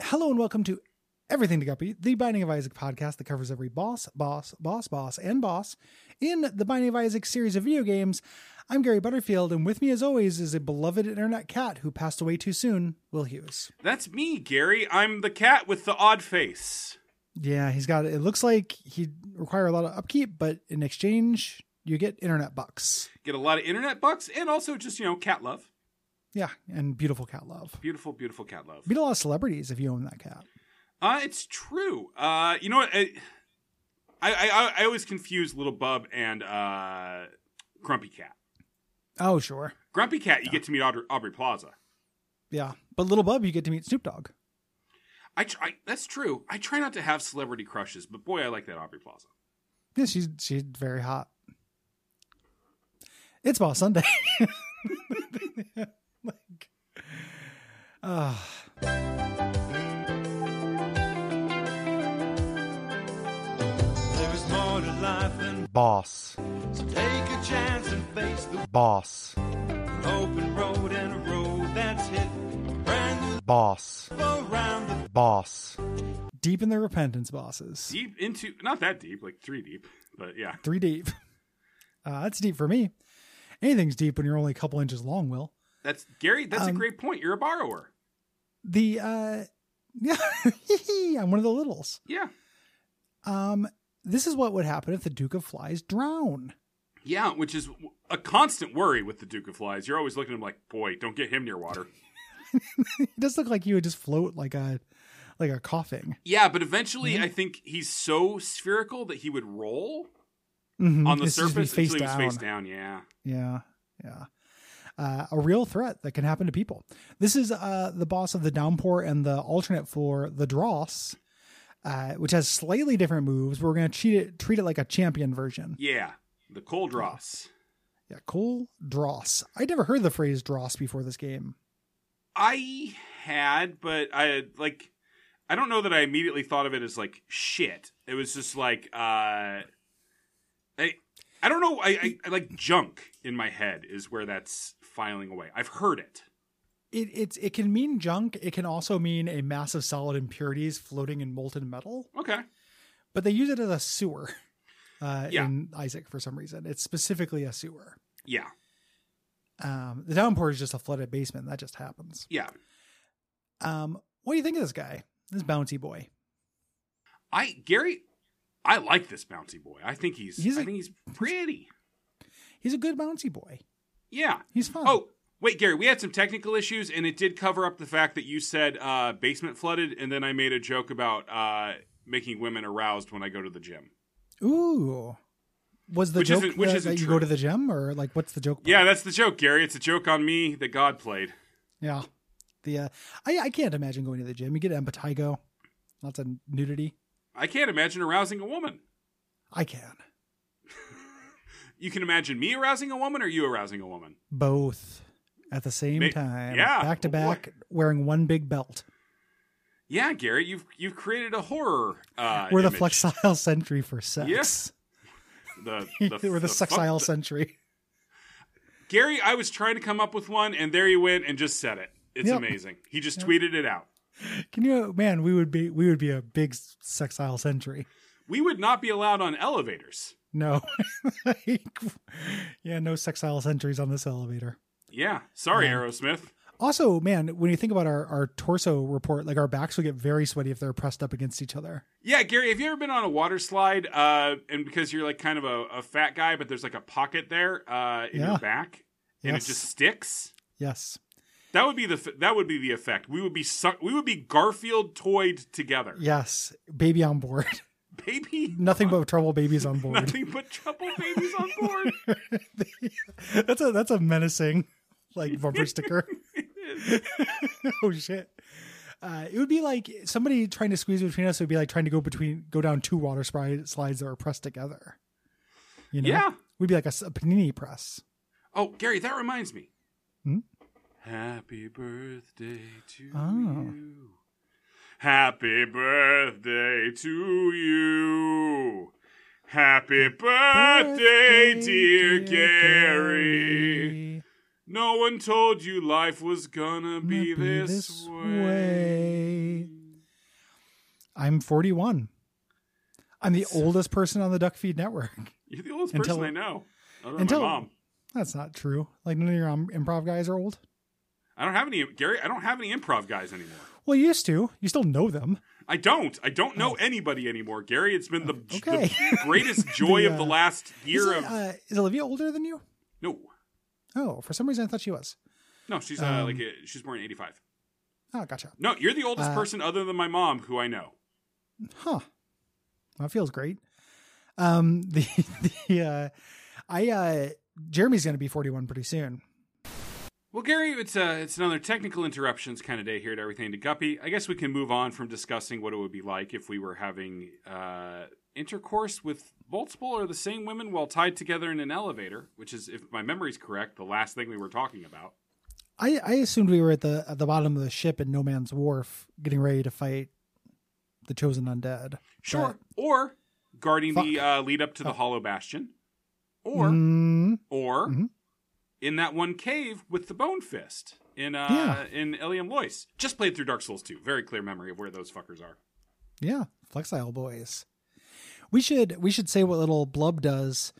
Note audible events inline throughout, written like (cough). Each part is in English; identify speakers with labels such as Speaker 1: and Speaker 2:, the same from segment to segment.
Speaker 1: Hello and welcome to Everything to Guppy, the Binding of Isaac podcast that covers every boss, boss, boss, boss, and boss in the Binding of Isaac series of video games. I'm Gary Butterfield, and with me, as always, is a beloved internet cat who passed away too soon, Will Hughes.
Speaker 2: That's me, Gary. I'm the cat with the odd face.
Speaker 1: Yeah, he's got it. Looks like he'd require a lot of upkeep, but in exchange, you get internet bucks.
Speaker 2: Get a lot of internet bucks and also just, you know, cat love.
Speaker 1: Yeah, and beautiful cat love.
Speaker 2: Beautiful, beautiful cat love.
Speaker 1: Beat a lot of celebrities if you own that cat.
Speaker 2: Uh, it's true. Uh, you know what? I, I, I, I always confuse Little Bub and uh, Grumpy Cat.
Speaker 1: Oh, sure.
Speaker 2: Grumpy Cat, you get to meet Audrey, Aubrey Plaza.
Speaker 1: Yeah. But Little Bub, you get to meet Snoop Dogg.
Speaker 2: I try. That's true. I try not to have celebrity crushes, but boy, I like that Aubrey Plaza.
Speaker 1: Yeah, she's she's very hot. It's Boss Sunday. (laughs) like, ah.
Speaker 3: There's more to life than
Speaker 4: Boss.
Speaker 3: so take a chance and face the
Speaker 4: Boss.
Speaker 3: open road and a road that's hit. Brand new
Speaker 4: Boss.
Speaker 3: around the
Speaker 4: Boss.
Speaker 1: deep in their repentance, bosses.
Speaker 2: Deep into not that deep, like three deep, but yeah.
Speaker 1: Three deep. (laughs) Uh, that's deep for me. Anything's deep when you're only a couple inches long, Will.
Speaker 2: That's Gary. That's a
Speaker 1: Um,
Speaker 2: great point. You're a borrower.
Speaker 1: The uh (laughs) yeah, I'm one of the littles.
Speaker 2: Yeah,
Speaker 1: Um, this is what would happen if the Duke of Flies drown.
Speaker 2: yeah. Which is a constant worry with the Duke of Flies. You're always looking at him like, boy, don't get him near water.
Speaker 1: (laughs) It does look like you would just float like a like a coughing.
Speaker 2: Yeah, but eventually I think he's so spherical that he would roll
Speaker 1: Mhm.
Speaker 2: on the
Speaker 1: It's just
Speaker 2: surface
Speaker 1: be face
Speaker 2: until he
Speaker 1: down.
Speaker 2: was face down. Yeah.
Speaker 1: Yeah, yeah. Uh, a real threat that can happen to people. This is uh, the boss of the Downpour and the alternate for the Dross, uh, which has slightly different moves. But we're going to treat it treat it like a champion version.
Speaker 2: Yeah. The cold Ross.
Speaker 1: Yeah, cool Dross. I never heard the phrase Dross before this game.
Speaker 2: I had, but I like I don't know that I immediately thought of it as like shit. It was just like uh I I don't know. I, I, I like junk in my head is where that's filing away. I've heard it.
Speaker 1: It it's it can mean junk. It can also mean a mass of solid impurities floating in molten metal.
Speaker 2: Okay.
Speaker 1: But they use it as a sewer uh,
Speaker 2: Yeah.
Speaker 1: in Isaac for some reason. It's specifically a sewer.
Speaker 2: Yeah.
Speaker 1: Um, the downpour is just a flooded basement. That just happens.
Speaker 2: Yeah.
Speaker 1: Um, what do you think of this guy? This bouncy boy.
Speaker 2: I Gary I like this bouncy boy. I think he's,
Speaker 1: He's
Speaker 2: I
Speaker 1: a-
Speaker 2: think he's pretty.
Speaker 1: He's a good bouncy boy.
Speaker 2: Yeah.
Speaker 1: He's fun.
Speaker 2: Oh, wait, Gary, we had some technical issues, and it did cover up the fact that you said uh, basement flooded, and then I made a joke about uh, making women aroused when I go to the gym.
Speaker 1: Ooh. Was the
Speaker 2: Which
Speaker 1: joke
Speaker 2: isn't- which
Speaker 1: that,
Speaker 2: isn't
Speaker 1: that you
Speaker 2: true.
Speaker 1: go to the gym or like what's the joke? part?
Speaker 2: Yeah, that's the joke, Gary. It's a joke on me that God played.
Speaker 1: Yeah. The uh, I I can't imagine going to the gym. You get impetigo, lots of nudity.
Speaker 2: I can't imagine arousing a woman.
Speaker 1: I can
Speaker 2: You can imagine me arousing a woman, or you arousing a woman.
Speaker 1: both at the same
Speaker 2: Ma-
Speaker 1: time.
Speaker 2: yeah.
Speaker 1: Back to
Speaker 2: Oh, boy.
Speaker 1: back, wearing one big belt.
Speaker 2: Yeah, Gary, you've you've created a horror. Uh,
Speaker 1: We're the
Speaker 2: image.
Speaker 1: flexile (laughs) century for sex. (laughs)
Speaker 2: Yes. The,
Speaker 1: We're the,
Speaker 2: fuck-
Speaker 1: sexile century.
Speaker 2: Gary, I was trying to come up with one, and there he went and just said it. It's
Speaker 1: Yep.
Speaker 2: amazing. He just tweeted it out.
Speaker 1: Can you man? We would be we would be a big sexile century.
Speaker 2: We would not be allowed on elevators.
Speaker 1: No. (laughs) Like, yeah, no sexile centuries on this elevator.
Speaker 2: Yeah. Sorry,
Speaker 1: Yeah.
Speaker 2: Aerosmith.
Speaker 1: Also, man, when you think about our, our torso report, like our backs will get very sweaty if they're pressed up against each other.
Speaker 2: Yeah, Gary, have you ever been on a water slide? Uh, and because you're like kind of a, a fat guy, but there's like a pocket there uh, in
Speaker 1: Yeah.
Speaker 2: your back, and
Speaker 1: Yes.
Speaker 2: it just sticks.
Speaker 1: Yes.
Speaker 2: That would be the f- that would be the effect. We would be su- we would be Garfield toyed together,
Speaker 1: Yes. Baby on board. (laughs)
Speaker 2: baby. (laughs)
Speaker 1: Nothing but trouble babies on board.
Speaker 2: Nothing but trouble babies on
Speaker 1: (laughs)
Speaker 2: board.
Speaker 1: that's a that's a menacing like bumper
Speaker 2: (laughs)
Speaker 1: sticker. (laughs) oh shit. Uh, it would be like somebody trying to squeeze between us would be like trying to go between go down two water spri- slides that are pressed together. You know?
Speaker 2: Yeah.
Speaker 1: We'd be like a, s- a panini press.
Speaker 2: Oh, Gary, that reminds me.
Speaker 1: Hmm?
Speaker 2: Happy birthday to
Speaker 1: Oh.
Speaker 2: you. Happy birthday to you. Happy birthday, dear, Gary. No one told you life was gonna be, this, way.
Speaker 1: I'm 41. I'm the
Speaker 2: So-
Speaker 1: oldest person on the Duck Feed Network. (laughs)
Speaker 2: You're the oldest
Speaker 1: Until-
Speaker 2: person I know. Other than
Speaker 1: until-
Speaker 2: my mom.
Speaker 1: That's not true. Like none of your um, improv guys are old.
Speaker 2: I don't have any Gary. I don't have any improv guys anymore.
Speaker 1: Well, you used to. You still know them.
Speaker 2: I don't. I don't know anybody anymore, Gary. It's been the,
Speaker 1: Oh. Okay. (laughs)
Speaker 2: the greatest joy
Speaker 1: The,
Speaker 2: of the
Speaker 1: uh,
Speaker 2: last year
Speaker 1: is,
Speaker 2: of
Speaker 1: uh, is Olivia older than you?
Speaker 2: no,
Speaker 1: Oh, for some reason I thought she was.
Speaker 2: no. She's uh,
Speaker 1: Um,
Speaker 2: like a, she's born in '85.
Speaker 1: Oh, gotcha.
Speaker 2: No, you're the oldest
Speaker 1: uh,
Speaker 2: person other than my mom who I know.
Speaker 1: Huh. That feels great. Um, (laughs) the the uh, I uh, Jeremy's going to be 41 pretty soon.
Speaker 2: Well, Gary, it's uh, it's another technical interruptions kind of day here at Everything to Guppy. I guess we can move on from discussing what it would be like if we were having uh, intercourse with multiple or the same women while tied together in an elevator, which is, if my memory's correct, the last thing we were talking about.
Speaker 1: I, I assumed we were at the at the bottom of the ship in No Man's Wharf, getting ready to fight the Chosen Undead.
Speaker 2: Sure. Or guarding the
Speaker 1: Fuck. Oh.
Speaker 2: uh, lead up to the Hollow Bastion. Or
Speaker 1: Mm,
Speaker 2: or
Speaker 1: Mhm.
Speaker 2: in that one cave with the Bone Fist in uh,
Speaker 1: Yeah.
Speaker 2: in Ilium Lois. Just played through Dark Souls 2. Very clear memory of where those fuckers are.
Speaker 1: yeah, Flexile Boys. We should we should say what little blub does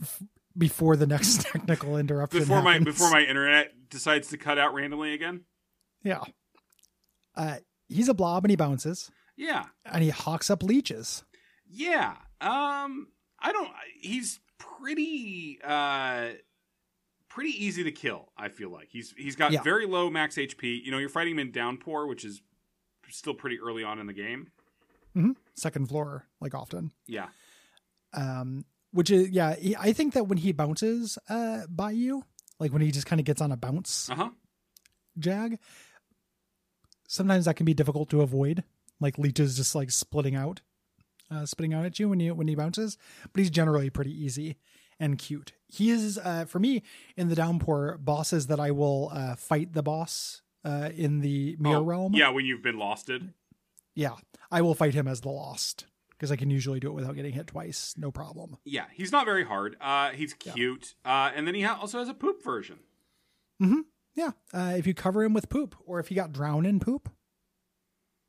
Speaker 1: f- before the next (laughs) technical interruption.
Speaker 2: Before my
Speaker 1: happens.
Speaker 2: before my internet decides to cut out randomly again.
Speaker 1: yeah. Uh, he's a blob and he bounces
Speaker 2: Yeah.
Speaker 1: and he hawks up leeches.
Speaker 2: Yeah. Um I don't he's pretty uh pretty easy to kill, I feel like. He's he's got
Speaker 1: Yeah.
Speaker 2: very low max HP. You know, you're fighting him in downpour, which is still pretty early on in the game.
Speaker 1: Second floor, like often.
Speaker 2: Yeah.
Speaker 1: um which is yeah he, i think that when he bounces uh by you like when he just kind of gets on a bounce
Speaker 2: Uh-huh.
Speaker 1: jag sometimes that can be difficult to avoid like leech is just like splitting out uh spitting out at you when you when he bounces but he's generally pretty easy and cute he is uh for me in the downpour bosses that i will uh fight the boss uh in the mirror
Speaker 2: Oh,
Speaker 1: realm
Speaker 2: Yeah, when you've been losted.
Speaker 1: yeah i will fight him as the lost because i can usually do it without getting hit twice no problem
Speaker 2: Yeah, he's not very hard. Uh, he's
Speaker 1: Yeah.
Speaker 2: cute. Uh, and then he ha- also has a poop version.
Speaker 1: Yeah. Uh, if you cover him with poop or if he got drowned in poop,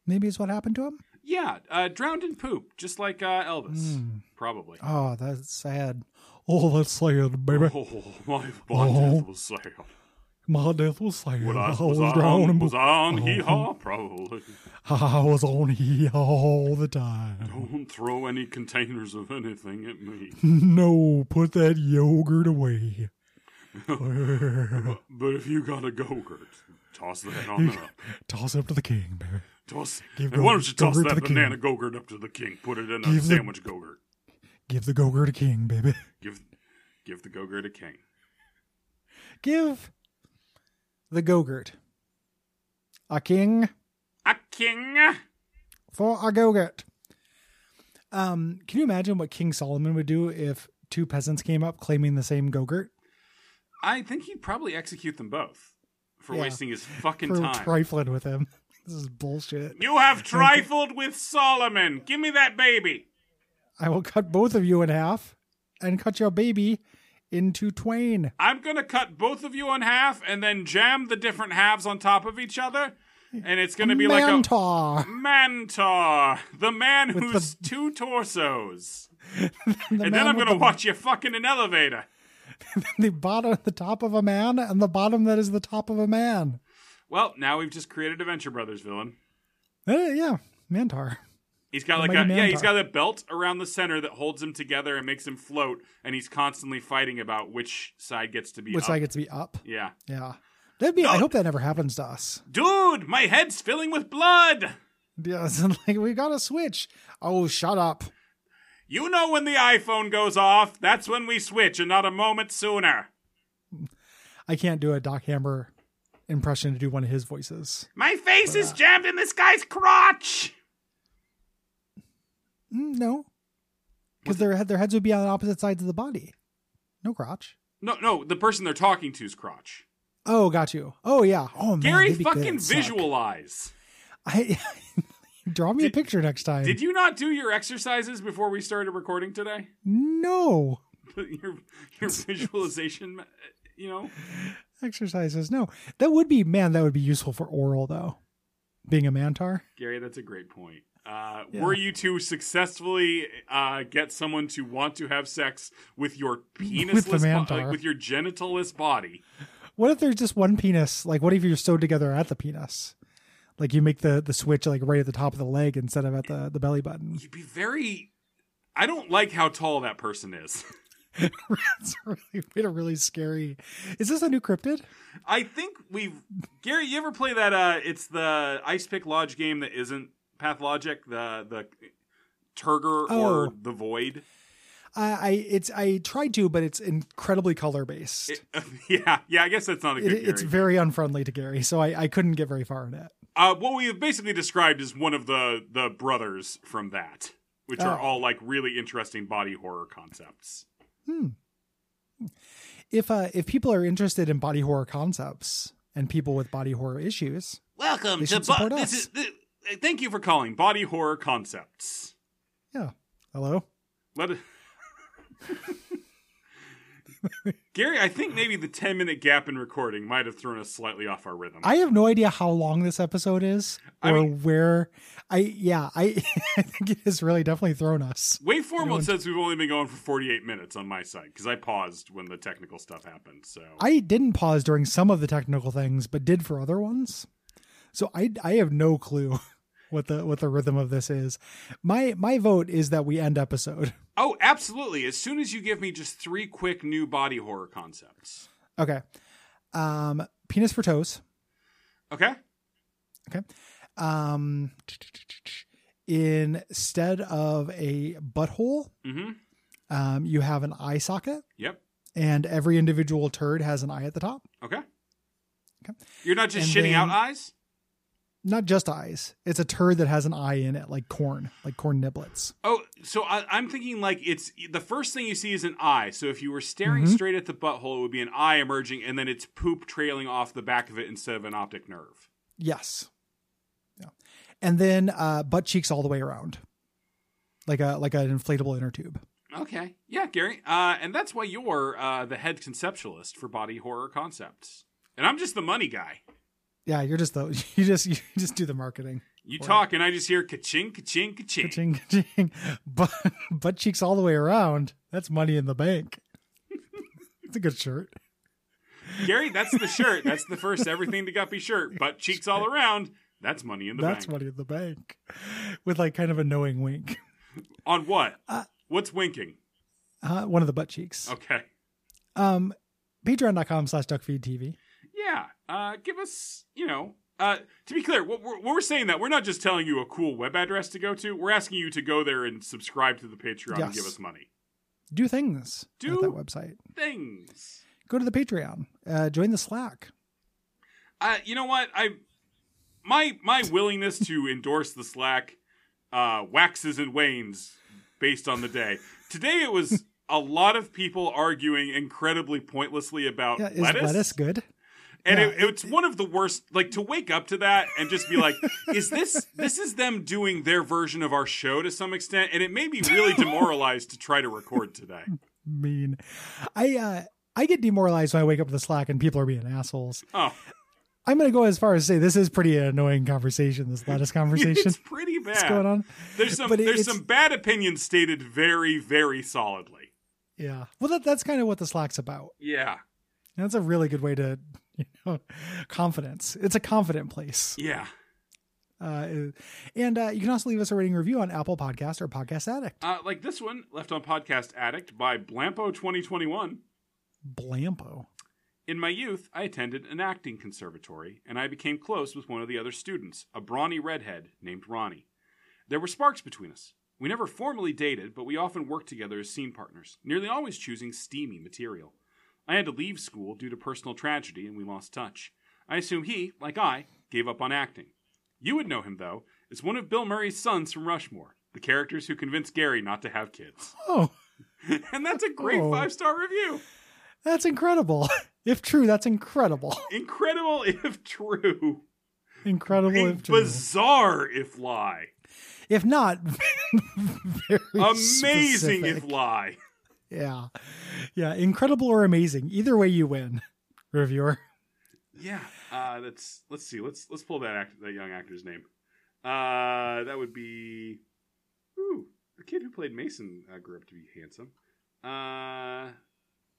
Speaker 1: maybe is what happened to him.
Speaker 2: Yeah, uh, drowned in poop, just like uh, Elvis,
Speaker 1: Hmm. (laughs)
Speaker 2: probably.
Speaker 1: Oh, that's sad. Oh, that's sad, baby.
Speaker 2: Oh, my body was sad.
Speaker 1: My death was sad.
Speaker 2: What I was,
Speaker 1: Oh. was drowned
Speaker 2: on
Speaker 1: in
Speaker 2: was
Speaker 1: poop. Oh.
Speaker 2: on hee haw, probably.
Speaker 1: (laughs) I was on here all the time. (laughs)
Speaker 2: Don't throw any containers of anything at me.
Speaker 1: No, put that yogurt away.
Speaker 2: But if you got a go-gurt, toss that on up.
Speaker 1: Toss it up to the king, baby.
Speaker 2: Toss.
Speaker 1: Give
Speaker 2: and why don't you
Speaker 1: Go-Gurt-
Speaker 2: toss
Speaker 1: Go-Gurt to
Speaker 2: that
Speaker 1: the king.
Speaker 2: banana go-gurt up to the king? Put it in a
Speaker 1: Give the-
Speaker 2: sandwich go-gurt.
Speaker 1: Give the gogurt a king, baby.
Speaker 2: Give, give the go-gurt a king.
Speaker 1: Give the gogurt a king.
Speaker 2: A king!
Speaker 1: for a go-gurt. Um, can you imagine what King Solomon would do if two peasants came up claiming the same go-gurt
Speaker 2: I think he'd probably execute them both for
Speaker 1: Yeah.
Speaker 2: wasting his fucking
Speaker 1: for
Speaker 2: time.
Speaker 1: trifling with him? (laughs) This is bullshit.
Speaker 2: you have trifled with Solomon. Give me that baby.
Speaker 1: I will cut both of you in half and cut your baby into twain.
Speaker 2: I'm going to cut both of you in half and then jam the different halves on top of each other. And it's going to be like a
Speaker 1: Mantar.
Speaker 2: Mantor, the man
Speaker 1: With
Speaker 2: who's two torsos.
Speaker 1: The
Speaker 2: (laughs) and
Speaker 1: man
Speaker 2: then I'm
Speaker 1: with
Speaker 2: going to watch you fucking an elevator.
Speaker 1: (laughs) the, the bottom, the top of a man, and the bottom that is the top of a man.
Speaker 2: Well, now we've just created a Venture Brothers villain.
Speaker 1: Eh, yeah, Mantar.
Speaker 2: He's got like a
Speaker 1: Mighty
Speaker 2: yeah, he's
Speaker 1: Mantar.
Speaker 2: got a belt around the center that holds him together and makes him float, and he's constantly fighting about which side gets to be
Speaker 1: Which
Speaker 2: up.
Speaker 1: side gets to be up?
Speaker 2: Yeah,
Speaker 1: Yeah, that'd be. I
Speaker 2: No.
Speaker 1: hope that never happens to us.
Speaker 2: dude, my head's filling with blood.
Speaker 1: Yeah, it's (laughs) like we got to switch. Oh, shut up.
Speaker 2: You know when the iPhone goes off, that's when we switch, and not a moment sooner.
Speaker 1: I can't do a Doc Hammer impression to do one of his voices.
Speaker 2: My face
Speaker 1: uh,
Speaker 2: is jammed in this guy's crotch.
Speaker 1: Mm, no, because their head, their heads would be on opposite sides of the body. No crotch.
Speaker 2: No, no, the person they're talking to's crotch.
Speaker 1: Oh, got you. Oh yeah. Oh man,
Speaker 2: Gary,
Speaker 1: they'd be good
Speaker 2: fucking
Speaker 1: as fuck.
Speaker 2: visualize.
Speaker 1: I (laughs) draw me
Speaker 2: Did-
Speaker 1: a picture next time.
Speaker 2: Did you not do your exercises before we started recording today? (laughs)
Speaker 1: No (laughs)
Speaker 2: your your visualization, uh, you know.
Speaker 1: exercises. No, that would be man. That would be useful for oral though. Being a mantar.
Speaker 2: Gary, that's a great point. Uh, Were you to successfully uh, get someone to want to have sex
Speaker 1: (laughs)
Speaker 2: with your penisless,
Speaker 1: the
Speaker 2: bo-
Speaker 1: mantar.
Speaker 2: like, with your genitalless body?
Speaker 1: What if there's just one penis? Like, what if you're sewed together at the penis? Like, you make the the switch like right at the top of the leg instead of at the the belly button.
Speaker 2: You'd be very. I don't like how tall that person is.
Speaker 1: That's really made a really scary. Is this a new cryptid?
Speaker 2: I think we've Gary. You ever play that? Uh, it's the Ice Pick Lodge game that isn't Pathologic. The the Turger
Speaker 1: Oh.
Speaker 2: or the Void.
Speaker 1: I, I it's I tried to, but it's incredibly color based. It,
Speaker 2: It- (laughs) yeah, yeah. I guess that's not a good.
Speaker 1: it's
Speaker 2: Gary.
Speaker 1: very unfriendly to Gary, so I, I couldn't get very far in it.
Speaker 2: uh, what we have basically described is one of the the brothers from that, which are
Speaker 1: Oh.
Speaker 2: all like really interesting body horror concepts.
Speaker 1: If uh if people are interested in body horror concepts and people with body horror issues,
Speaker 2: Welcome
Speaker 1: They to should Bo- support this us. is-
Speaker 2: thank you for calling Body Horror Concepts.
Speaker 1: yeah, hello.
Speaker 2: Let it. (laughs) Gary, I think maybe the 10 minute gap in recording might have thrown us slightly off our rhythm.
Speaker 1: I have no idea how long this episode is
Speaker 2: I
Speaker 1: or where. I yeah, I (laughs) I think it has really definitely thrown us.
Speaker 2: Waveformal says we've only been going for 48 minutes on my side because I paused when the technical stuff happened. So
Speaker 1: I didn't pause during some of the technical things, but did for other ones. So I I have no clue (laughs) what the what the rhythm of this is. My my vote is that we end episode. (laughs)
Speaker 2: Oh, absolutely. As soon as you give me just three quick new body horror concepts.
Speaker 1: Okay. Um penis for toes.
Speaker 2: Okay?
Speaker 1: Okay. Um instead of a butthole,
Speaker 2: Mm-hmm.
Speaker 1: um, you have an eye socket
Speaker 2: Yep.
Speaker 1: and every individual turd has an eye at the top.
Speaker 2: Okay.
Speaker 1: Okay.
Speaker 2: You're not just
Speaker 1: And
Speaker 2: shitting
Speaker 1: then-
Speaker 2: out eyes?
Speaker 1: Not just eyes. It's a turd that has an eye in it, like corn, like corn niblets.
Speaker 2: Oh, so I, I'm thinking like it's the first thing you see is an eye. So if you were staring
Speaker 1: Mhm.
Speaker 2: straight at the butthole, it would be an eye emerging, and then it's poop trailing off the back of it instead of an optic nerve.
Speaker 1: Yes. Yeah. And then uh, butt cheeks all the way around, like a like an inflatable inner tube.
Speaker 2: Okay, yeah, Gary, uh, and that's why you're uh, the head conceptualist for body horror concepts, and I'm just the money guy.
Speaker 1: Yeah, you're just the (laughs) you just you just do the marketing. (laughs)
Speaker 2: You
Speaker 1: Or-
Speaker 2: talk, and I just hear ka-ching, ka-ching, ka-ching.
Speaker 1: Ka-ching, ka-ching. Butt, butt cheeks all the way around. That's money in the bank. It's a good shirt. (laughs)
Speaker 2: Gary, that's the shirt. That's the first everything to guppy shirt. Butt cheeks all around. That's money in the
Speaker 1: That's
Speaker 2: bank.
Speaker 1: money in the bank, with like kind of a knowing wink.
Speaker 2: On what?
Speaker 1: Uh,
Speaker 2: What's winking?
Speaker 1: Uh, one of the butt cheeks.
Speaker 2: Okay.
Speaker 1: Um, patreon.com slash duckfeedtv.
Speaker 2: Yeah. Uh, give us, you know, uh, to be clear, what we're, what we're saying that we're not just telling you a cool web address to go to. We're asking you to go there and subscribe to the Patreon and
Speaker 1: Yes.
Speaker 2: give us money.
Speaker 1: Do things
Speaker 2: Do-
Speaker 1: at that website.
Speaker 2: Things.
Speaker 1: Go to the Patreon. Uh, join the Slack.
Speaker 2: Uh, you know what? I my my willingness to endorse the Slack uh, waxes and wanes based on the day. Today it was a lot of people arguing incredibly pointlessly about
Speaker 1: Yeah, is lettuce, good?
Speaker 2: and
Speaker 1: Yeah.
Speaker 2: it, it's one of the worst like to wake up to that and just
Speaker 1: (laughs)
Speaker 2: be like is this this is them doing their version of our show to some extent and it made me really demoralized to try to
Speaker 1: (laughs)
Speaker 2: record today
Speaker 1: Mean. I uh, I get demoralized when I wake up to the Slack and people are being assholes.
Speaker 2: oh
Speaker 1: I'm going to go as far as say this is pretty an annoying conversation. This
Speaker 2: (laughs)
Speaker 1: lettuce conversation
Speaker 2: it's pretty bad
Speaker 1: that's going on.
Speaker 2: there's some
Speaker 1: But it-
Speaker 2: there's
Speaker 1: it's-
Speaker 2: some bad opinions stated very very solidly
Speaker 1: Yeah. Well, that, that's kind of what the Slack's about.
Speaker 2: yeah
Speaker 1: That's a really good way to, you know, (laughs) confidence. It's a confident place.
Speaker 2: yeah
Speaker 1: Uh, and uh, you can also leave us a rating review on Apple Podcast or Podcast Addict.
Speaker 2: uh, like this one left on podcast addict by blampo 2021
Speaker 1: Blampo.
Speaker 2: In my youth, I attended an acting conservatory, and I became close with one of the other students, a brawny redhead named Ronnie. There were sparks between us. We never formally dated, but we often worked together as scene partners, nearly always choosing steamy material. I had to leave school due to personal tragedy, and we lost touch. I assume he, like I, gave up on acting. You would know him, though, as one of Bill Murray's sons from Rushmore, the characters who convinced Gary not to have kids. (laughs)
Speaker 1: Oh,
Speaker 2: and that's a great
Speaker 1: Oh.
Speaker 2: five star review.
Speaker 1: that's incredible. (laughs) if true, that's incredible. (laughs)
Speaker 2: Incredible if true.
Speaker 1: Incredible
Speaker 2: A
Speaker 1: if true.
Speaker 2: bizarre if lie.
Speaker 1: if not, (laughs) very
Speaker 2: Amazing if
Speaker 1: specific.
Speaker 2: lie.
Speaker 1: Yeah. Yeah. Incredible or amazing. Either way, you win, (laughs) reviewer.
Speaker 2: Yeah. Uh, that's let's see. Let's let's pull that act, that young actor's name. Uh, that would be. Ooh, the kid who played Mason uh, grew up to be handsome. Uh,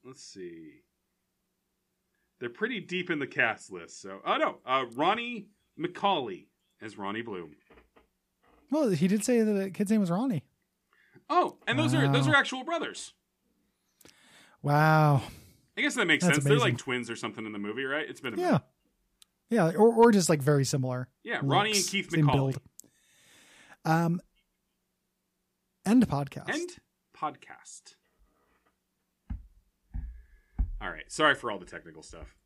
Speaker 2: let's see. They're pretty deep in the cast list. So, oh no, uh, Ronnie McCauley as Ronnie Bloom.
Speaker 1: Well, he did say that the kid's name was Ronnie.
Speaker 2: Oh, and those are those are
Speaker 1: Wow.
Speaker 2: actual brothers.
Speaker 1: Wow.
Speaker 2: I guess that makes
Speaker 1: That's
Speaker 2: sense. They're
Speaker 1: amazing.
Speaker 2: like twins or something in the movie, right? It's been a
Speaker 1: Yeah.
Speaker 2: minute.
Speaker 1: Yeah, or, or just like very similar.
Speaker 2: yeah. Ronnie and
Speaker 1: looks,
Speaker 2: Keith
Speaker 1: same
Speaker 2: McCauley.
Speaker 1: build. Um, end podcast.
Speaker 2: End podcast. All right. Sorry for all the technical stuff.